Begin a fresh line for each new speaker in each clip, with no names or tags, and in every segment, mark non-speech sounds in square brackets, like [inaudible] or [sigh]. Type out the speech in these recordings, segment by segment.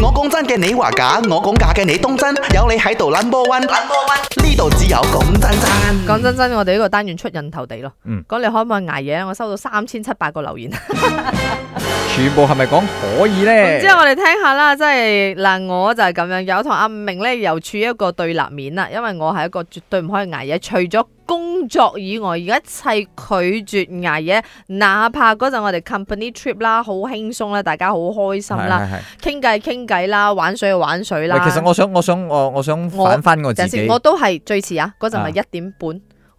我講真嘅你話假，我講假嘅你當真，有你喺度 number one，number one 呢度只有講真真。
講真真，我哋呢個單元出人頭地咯。
嗯
講你可唔可以捱夜？我收到三千七百個留 [laughs] 言，
全部係咪講可以
然之後我
咧？
哋聽下啦。即係嗱，我就係咁樣，有同阿明咧又處於一個對立面啦。因為我係一個絕對唔可以捱夜，除咗工作以外，而家一切拒絕捱夜。哪怕嗰陣我哋 company trip 啦，好輕鬆啦，大家好開心啦，
係
傾
係係
偈傾偈啦，玩水就玩水啦。
喂，其實我想我想我我想
我
反翻我自
陣
己
先，我，都係最遲啊，嗰陣咪
啊
一點半，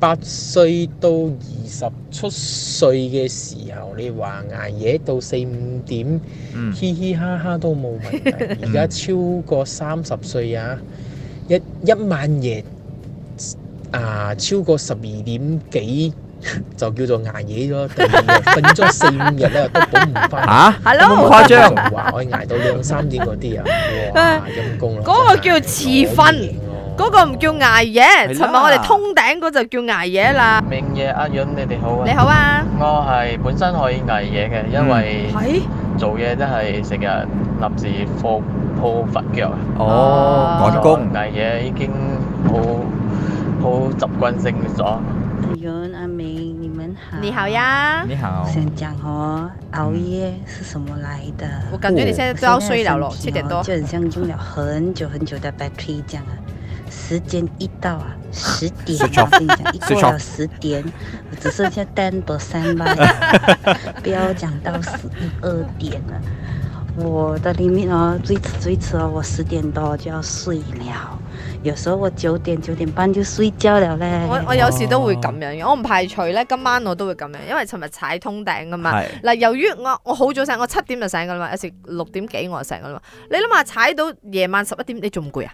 八歲到二十出歲嘅時候，你話捱夜到四五點，
嗯，
嘻嘻哈哈都冇問題。
[laughs]
而家超過三十歲啊，一一晚夜啊超過十二點幾就叫做捱夜咗，第二日瞓咗四五日
[laughs]
咧都補唔翻。
吓
，Hello
啊咁誇張
仲話我捱到兩三點
[laughs]
嗰啲啊，哇陰功啦！
嗰個
真係
叫遲
攞
瞓
命喎
嗰個唔叫捱夜，
啦
尋日我哋通頂嗰就叫捱夜啦。
明夜阿潤，你哋好啊！
你好啊，
我係本身可以捱夜嘅，
嗯
因為
係
做嘢都係成日臨時放鋪佛腳啊，
哦，趕工，
捱夜已經好好習慣性咗。
阿云、阿明，你们好。
你好。呀，
你好
我，想讲哦，熬夜是什么来的？
我感覺你現在都要睡了咯，七
现在
點多
身体哦。就很像用了很久很久的 battery 这样啊。时间一到啊，十点，
Switch
我
off
跟你讲，一
Switch
过
off
了十点，我只剩下单薄三
[laughs]
吧，不要讲到十一二点了。我的 limit 哦，最迟最迟哦，我十点多就要睡了，有时候我九点九点半就睡觉了嘞。
嗯
我我有時都會咁樣嘅，我唔排除咧，今晚我都會咁樣，因為尋日踩通頂噶嘛。
係
嗱，由於我我好早醒，我七點就醒噶啦嘛，有時六點幾我就醒噶啦嘛。你諗下踩到夜晚十一點，你仲唔攰啊？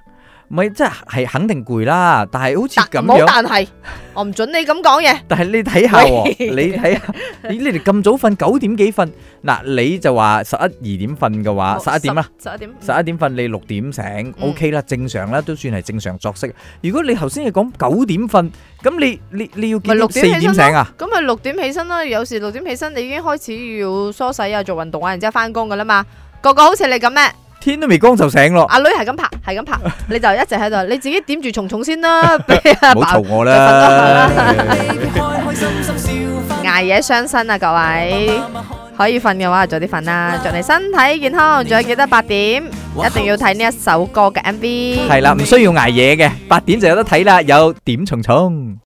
唔係即係肯定攰啦。但係好似
但
咁
唔好
樣，
但係，我唔准你咁講嘢。
但係你睇下喎，
喂 [laughs]
你睇下，咦你哋咁早瞓，九點幾瞓？嗱，你就話十一二點瞓嘅話，啊十一點啦。，
十一點，
十一點瞓，你六點醒
嗯
，OK 啦，正常啦，都算係正常作息。如果你頭先係講九點瞓，咁你你你要
咪
見
六
到
點
四
起身
點醒啊？
咁咪六點起身啦。有時六點起身，你已經開始要梳洗啊、做運動啊，然之後翻工噶啦嘛。個個好似你咁咩？
天都未光就醒咯，
阿女係咁拍，
[laughs]
係咁拍，你就一直喺度，你自己點住蟲蟲先啦。俾阿
唔好
爸
嘈我
啦
啦。
捱夜傷身啊，各位。可以瞓嘅話，就早啲瞓啦，祝你身體健康，仲有記得八點一定要睇呢一首歌嘅 MV。
係啦，唔需要捱夜嘅，八點就有得睇啦，有點蟲蟲。